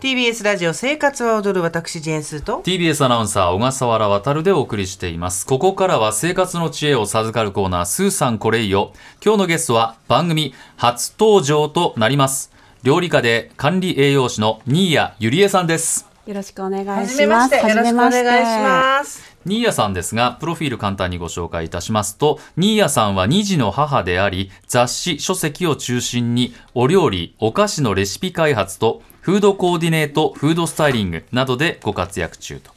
TBS ラジオ生活は踊る私ジェーンスーと TBS アナウンサー小笠原渉でお送りしていますここからは生活の知恵を授かるコーナースーさんこれいいよ今日のゲストは番組初登場となります料理家で管理栄養士の新谷ゆりえさんですよろしくお願いします。よろしくお願いしす。ます新谷さんですがプロフィール簡単にご紹介いたしますと新谷さんは2児の母であり雑誌書籍を中心にお料理お菓子のレシピ開発とフードコーディネートフードスタイリングなどでご活躍中と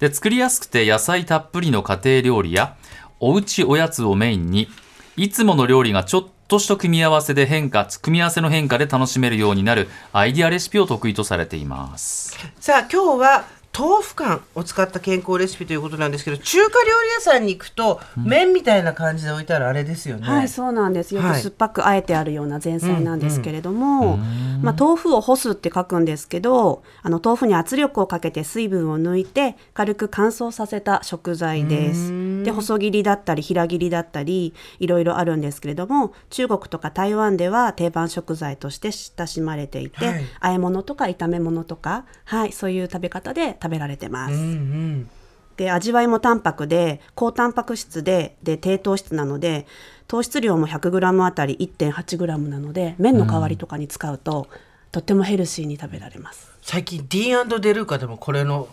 で作りやすくて野菜たっぷりの家庭料理やおうちおやつをメインにいつもの料理がちょっとした組み合わせで変化組み合わせの変化で楽しめるようになるアイディアレシピを得意とされていますさあ今日は豆腐干を使った健康レシピということなんですけど中華料理屋さんに行くと麺みたいな感じで置いてあるあれですよね、はい、そうなんです。よくはい酸っぱくあえてあるような前菜なんですけれども、まあ豆腐を干すって書くんですけど、あの豆腐に圧力をかけて水分を抜いて軽く乾燥させた食材です。で、細切りだったり平切りだったりいろいろあるんですけれども、中国とか台湾では定番食材として親しまれていて、はい和え物とか炒め物とか、はい、そういう食べ方で食べられてます。うんで味わいも淡白で高タンパク質でで低糖質なので糖質量も 100g あたり 1.8g なので麺の代わりとかに使うと、とってもヘルシーに食べられます最近 D&D ルーカでもこれの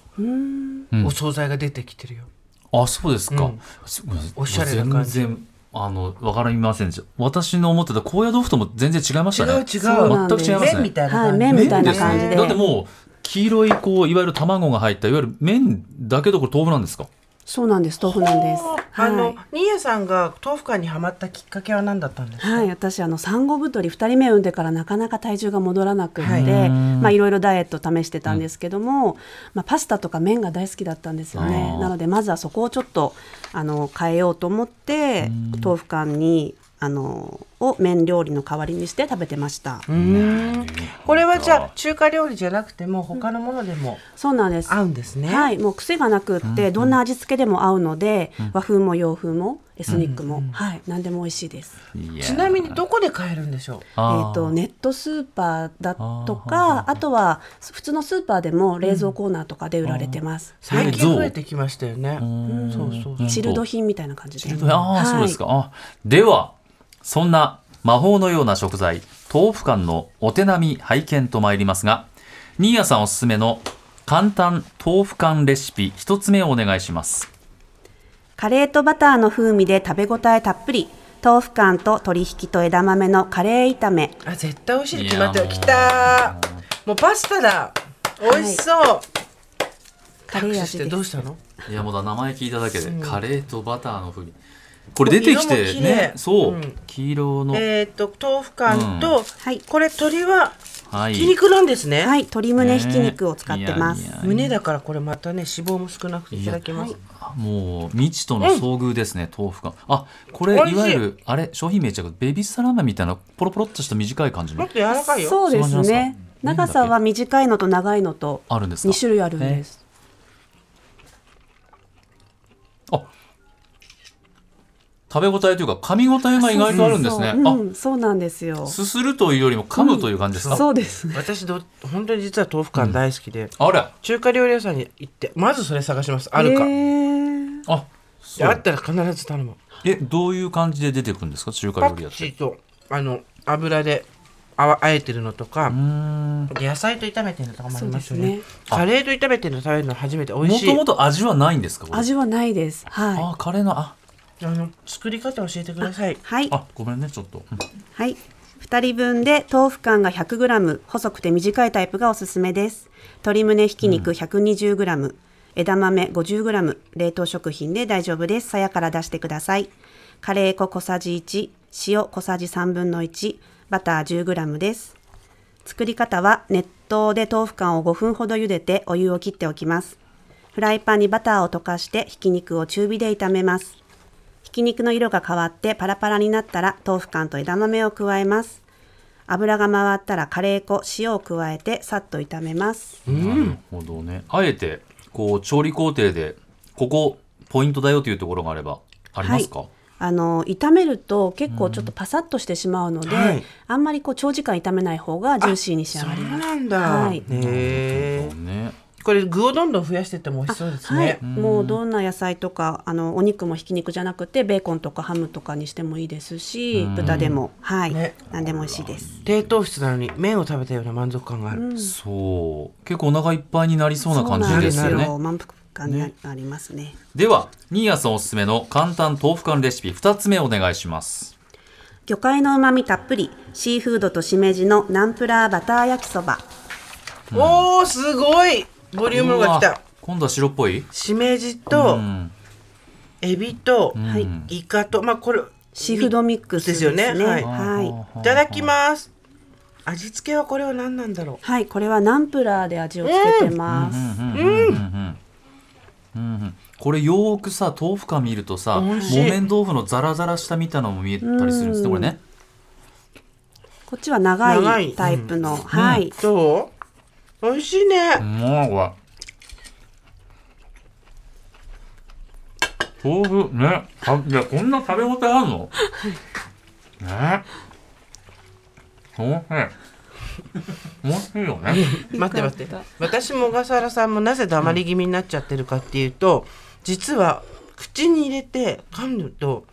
お惣菜が出てきてるよ、あそうですか、すごめんなさいおしゃれな感じ全然あのわかりませんでした私の思ってた高野豆腐とも全然違いましたね違う違うそうなんです全く違います麺ねみたいな感じ、はい麺みたいなですね感じでだってもう黄色いこういわゆる卵が入ったいわゆる麺だけどこれ豆腐なんですかそうなんです豆腐なんですあの、はい新谷さんが豆腐館にはまったきっかけは何だったんですか、はい、私あの産後太り2人目産んでからなかなか体重が戻らなくって、はいいまあ、いろいろダイエット試してたんですけども、まあ、パスタとか麺が大好きだったんですよあねーなのでまずはそこをちょっとあの変えようと思って豆腐干にあのを麺料理の代わりにして食べてました、これはじゃあ中華料理じゃなくても他のものでもそうなんです合うんですね、はい、もう癖がなくってどんな味付けでも合うので、和風も洋風もエスニックも、はい、何でも美味しいです。ちなみにどこで買えるんでしょええー、とネットスーパーだとかあとは普通のスーパーでも冷蔵コーナーとかで売られてますう、最近増えてきましたよねんそうそううんチルド品みたいな感じでああ、はいそうですかあではそんな魔法のような食材豆腐干のお手並み拝見と参りますが新谷さんおすすめの簡単豆腐干レシピ一つ目をお願いしますカレーとバターの風味で食べ応えたっぷり豆腐干と鶏ひきと枝豆のカレー炒めあ絶対美味しいに決まってるいやきーたーもうパスタだ美味しそう、カ拍レー手し味てでどうしすたのいやもうだ名前聞いただけで、カレーとバターの風味これ出てき色もて綺ね麗そう、うん黄色の、えっ、と豆腐干と、はいこれ鶏ははいひき肉なんですね、はい鶏胸ひき肉を使ってます、ねいやいや胸だからこれまたね脂肪も少なくていただけます、あもう未知との遭遇ですね、豆腐干あこれ美味しいいわゆるあれ商品名違うベビースターラーメンみたいなポロポロっとした短い感じもっのと柔らかいよそうですそうなんねですか長さは短いのと長いのとあるんですか2種類あるんです、あ食べ応えというか噛み応えが意外とあるんですねそう,、あうん、そうなんですよすするというよりも噛むという感じですか、そうですね私ど本当に実は豆腐干大好きで、あれあ中華料理屋さんに行ってまずそれ探しますあるか、へーそあっうたら必ず頼むえどういう感じで出てくるんですか中華パ料理クだっチーてとあの油であわあえてるのとかうーんで野菜と炒めてるのとかもありますよそうねですねカレーと炒めてるの食べるの初めて美味もしいともと味はないんですかこれ味はないです。はあカレーのああの作り方教えてくださいい。はい。あごめんねちょっと、うんはい。二人分で豆腐干が 100g、細くて短いタイプがおすすめです。鶏胸ひき肉 120g、枝豆 50g、冷凍食品で大丈夫です。さやから出してください。カレー粉小さじ1、塩小さじ3分の1、バター 10g です。作り方は熱湯で豆腐干を5分ほど茹でてお湯を切っておきます。フライパンにバターを溶かしてひき肉を中火で炒めます。ひき肉の色が変わってパラパラになったら豆腐干と枝豆を加えます。油が回ったらカレー粉、塩を加えてさっと炒めます。なるほどねあえてこう調理工程でここポイントだよというところがあればありますか、はいあの炒めると結構ちょっとパサッとしてしまうので、うんはいあんまりこう長時間炒めない方がジューシーに仕上がりそうます。なんだ。はいへえねこれ具をどんどん増やしていっても美味しそうですね。はい、もうどんな野菜とかあのお肉もひき肉じゃなくてベーコンとかハムとかにしてもいいですし、豚でもはい、ね何でも美味しいです。低糖質なのに麺を食べたような満足感がある。そう結構お腹いっぱいになりそうな感そじうですよなんねよ満腹感になりますね。では新谷さんおすすめの簡単豆腐缶レシピ2つ目お願いします魚介の旨味たっぷりシーフードとしめじのナンプラーバター焼きそば。おおすごいボリュームが来うわた。今度は白っぽいしめじとうんエビとはいイカとまあこれシーフードミックスですね。ですよねはいはいいただきます。味付けはこれは何なんだろはい、これはナンプラーで味をつけてます。これよーくさ豆腐か見るとさ美木味しい綿豆腐のザラザラしたみたいなのも見えたりするんですねこれねこっちは長長いいタイプの、はい、う。どう？美味しいね。もうわ豆腐ねあいやこんな食べ応えあるのねおいしいおいしいよね待って待って私も小笠原さんもなぜ黙り気味になっちゃってるかっていうと、実は口に入れて噛むと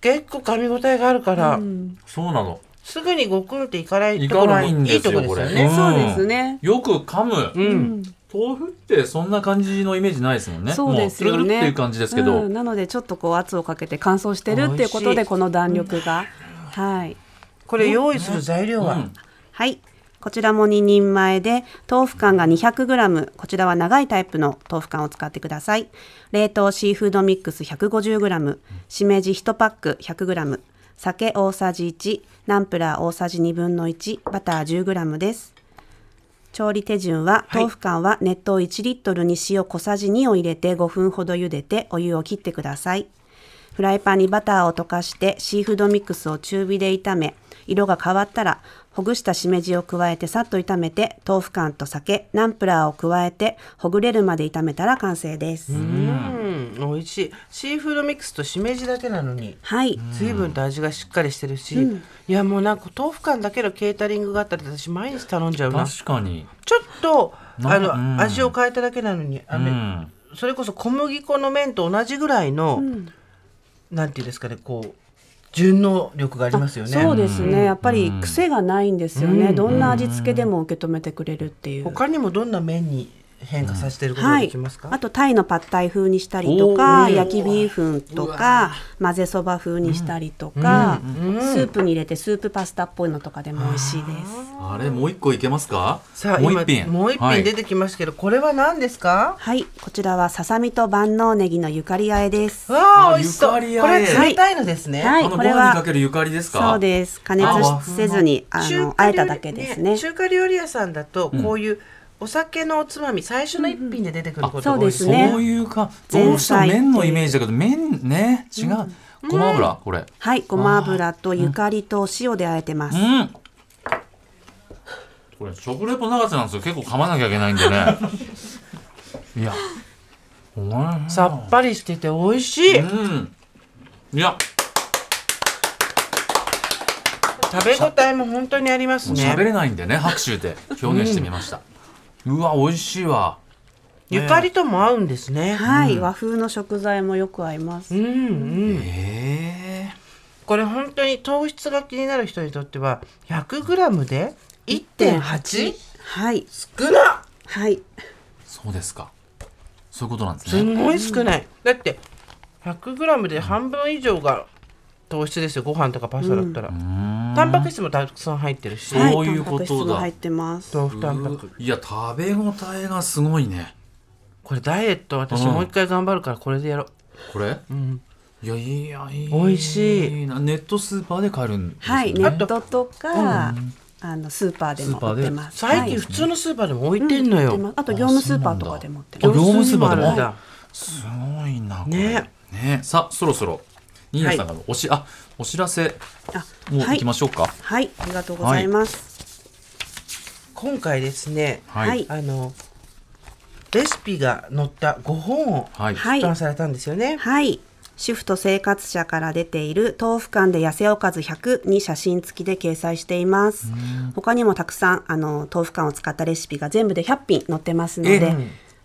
結構噛み応えがあるから、そうなのすぐにゴクンっていかないいとこかろはないいんでいすとこよですこよれね。そうですねよく噛むうん、豆腐ってそんな感じのイメージないですもんねそうですよね。もうつるつるっていう感じですけど、うんなのでちょっとこう圧をかけて乾燥してるっていうこと美味しでいこの弾力が、はい、これ用意する材料は、うんはい。こちらも2人前で、豆腐干が 200g、こちらは長いタイプの豆腐干を使ってください。冷凍シーフードミックス 150g、しめじ1パック 100g、酒大さじ1、ナンプラー大さじ1 2分の1、バター 10g です。調理手順は、はい豆腐干は熱湯1リットルに塩小さじ2を入れて5分ほど茹でてお湯を切ってください。フライパンにバターを溶かしてシーフードミックスを中火で炒め、色が変わったらほぐしたしめじを加えてさっと炒めて、豆腐干と酒、ナンプラーを加えてほぐれるまで炒めたら完成です。うん、美味しい。シーフードミックスとしめじだけなのに。はい。随分と味がしっかりしてるし、いやもうなんか豆腐干だけのケータリングがあったら私毎日頼んじゃうな確かに、ちょっとなあの、うん味を変えただけなのにあうの、ん、それこそ小麦粉の麺と同じぐらいの、なんていうんですかねこう順応力がありますよね。そうですね。やっぱり癖がないんですよね。どんな味付けでも受け止めてくれるっていう。他にもどんな麺に変化させてることがはでいきますか、、あとタイのパッタイ風にしたりとかおー焼きビーフンとか混ぜそば風にしたりとか、スープに入れてスープパスタっぽいのとかでも美味しいです。あれもう一個いけますかさあもう今一品もう一は品い出てきますけど、これは何ですかはい、こちらはささみと万能ネギのゆかり和えです。はわああ美味しそうこゆかり和れえ冷たいのですね、あい、のこごれ飯にかはけるゆかりですかそうです。加熱あしせずにあ中の華料和え理ただけですね。中華料理屋さんだとこういうお酒のおつまみ最初の一品で出てくることがあそ多ういでですすそうね。ねいうか前菜どうしても麺のイメージだけど麺ね違う、ごま油これはい、ごま油とゆかりとお塩で和えてまうす。んこれ食レポ長瀬なんですよ結構噛まなきゃいけないん でねいやお前さっぱりしてて美味しい、うんいや食べ応えも本当にありますもう喋ねれないんでね拍手で表現してみました、うわ美味しいわゆかりとも合うんですね、はい、和風の食材もよく合います。うんうん、ええこれ本当に糖質が気になる人にとっては 100g で 1.8? はい、少なはい、そうですかそういうことなんですすねんごい少ないだって 100g で半分以上が糖質ですよご飯とかパスタだったら、タンパク質もたくさん入ってるし、はい、そういうタンパことだク質も入ってます。豆腐タンパクいや食べ応えがすごいねこれダイエット私うんもう一回頑張るからこれでやろう、これ、いやいやいい美味しいなネットスーパーで買えるんですよね、はい、ネットとか、あのスーパーでもスーパー売でってます。最近普通のスーパーでも置いてんのよ、はい売ってますあと業務スーパーとかでも売ってあま業務スーパーで業も務スーパーでもあるんだすごいなこれねねさあそろそろニーナさんからのおし、あお知らせす。あもうはいきましょうかはい、ありがとうございます。今回ですねはいはい、あのレシピが載った5本をはいはい出版されたんですよね、はい、主婦と生活者から出ている豆腐館で痩せおかず100に写真付きで掲載しています。他にもたくさんあの豆腐館を使ったレシピが全部で100品載ってますのえで、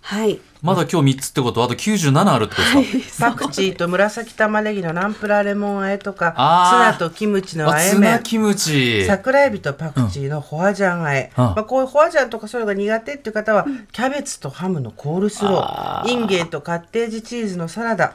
はい。まだ今日3つってことはあと97あるってことですかパクチーと紫玉ねぎのナンプラーレモン和えとかツあーナとキムチのあ和えツ麺ナキムチ桜エビとパクチーのホアジャン和え、うんまあ、こういうホアジャンとかそういうのが苦手っていう方は、キャベツとハムのコールスロあーインゲンとカッテージチーズのサラダ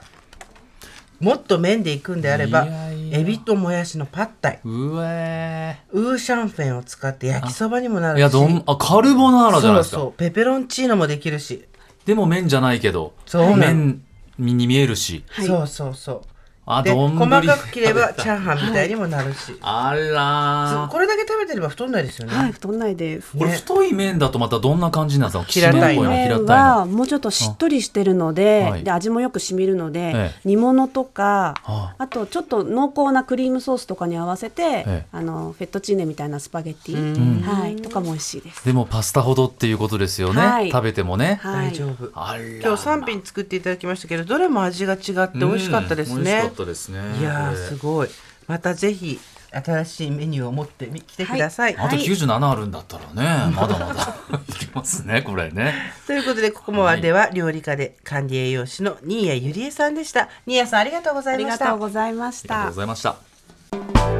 もっと麺でいくんであればいやいやエビともやしのパッタイうえウーシャンフェンを使って焼きそばにもなるーしいやどんあカルボナーラじゃないですかそうそうペペロンチーノもできるし、でも麺じゃないけどそうなの麺に見えるしはいそうそうそうあで丼細かく切ればチャーンハンみたいにもなるし、あそうらーこれだけ食べてれば太んないですよね、はい、太んないです。これ太い麺だとまたどんな感じなんですか平たいのきしめんっぽいの平麺たいのはもうちょっとしっとりしてるので,、はいで味もよく染みるので、ええ煮物とかああとちょっと濃厚なクリームソースとかに合わせて、えあのフェットチーネみたいなスパゲッティ、はい、とかも美味しいです。でもパスタほどっていうことですよね、はい食べてもね、はい大丈夫あらー今日3品作っていただきましたけどどれも味が違って美味しかったですうん美味ねしかっ、たですねいやこーれすごいまたぜひ新しいメニューを持ってみ来てください、あとはい97あるんだったらね、まだまだ いけますねこれねということでここまでは料理家で管理栄養士の新谷ゆりえさんでした新谷さんありがとうござあいりまがしとたうございましありがとうたご。ざいました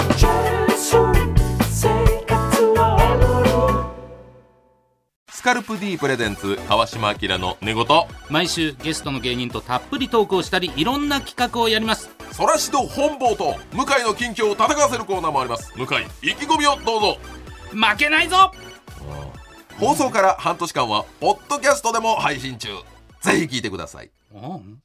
Generation 生活は踊るスカルプ D プレゼンツ川島明の寝言毎週ゲストの芸人とたっぷりトークをしたりいろんな企画をやりますそらしど本坊と向井の近況を戦わせるコーナーもあります向井意気込みをどうぞ負けないぞ放送から半年間はポッドキャストでも配信中ぜひ聞いてくださいうん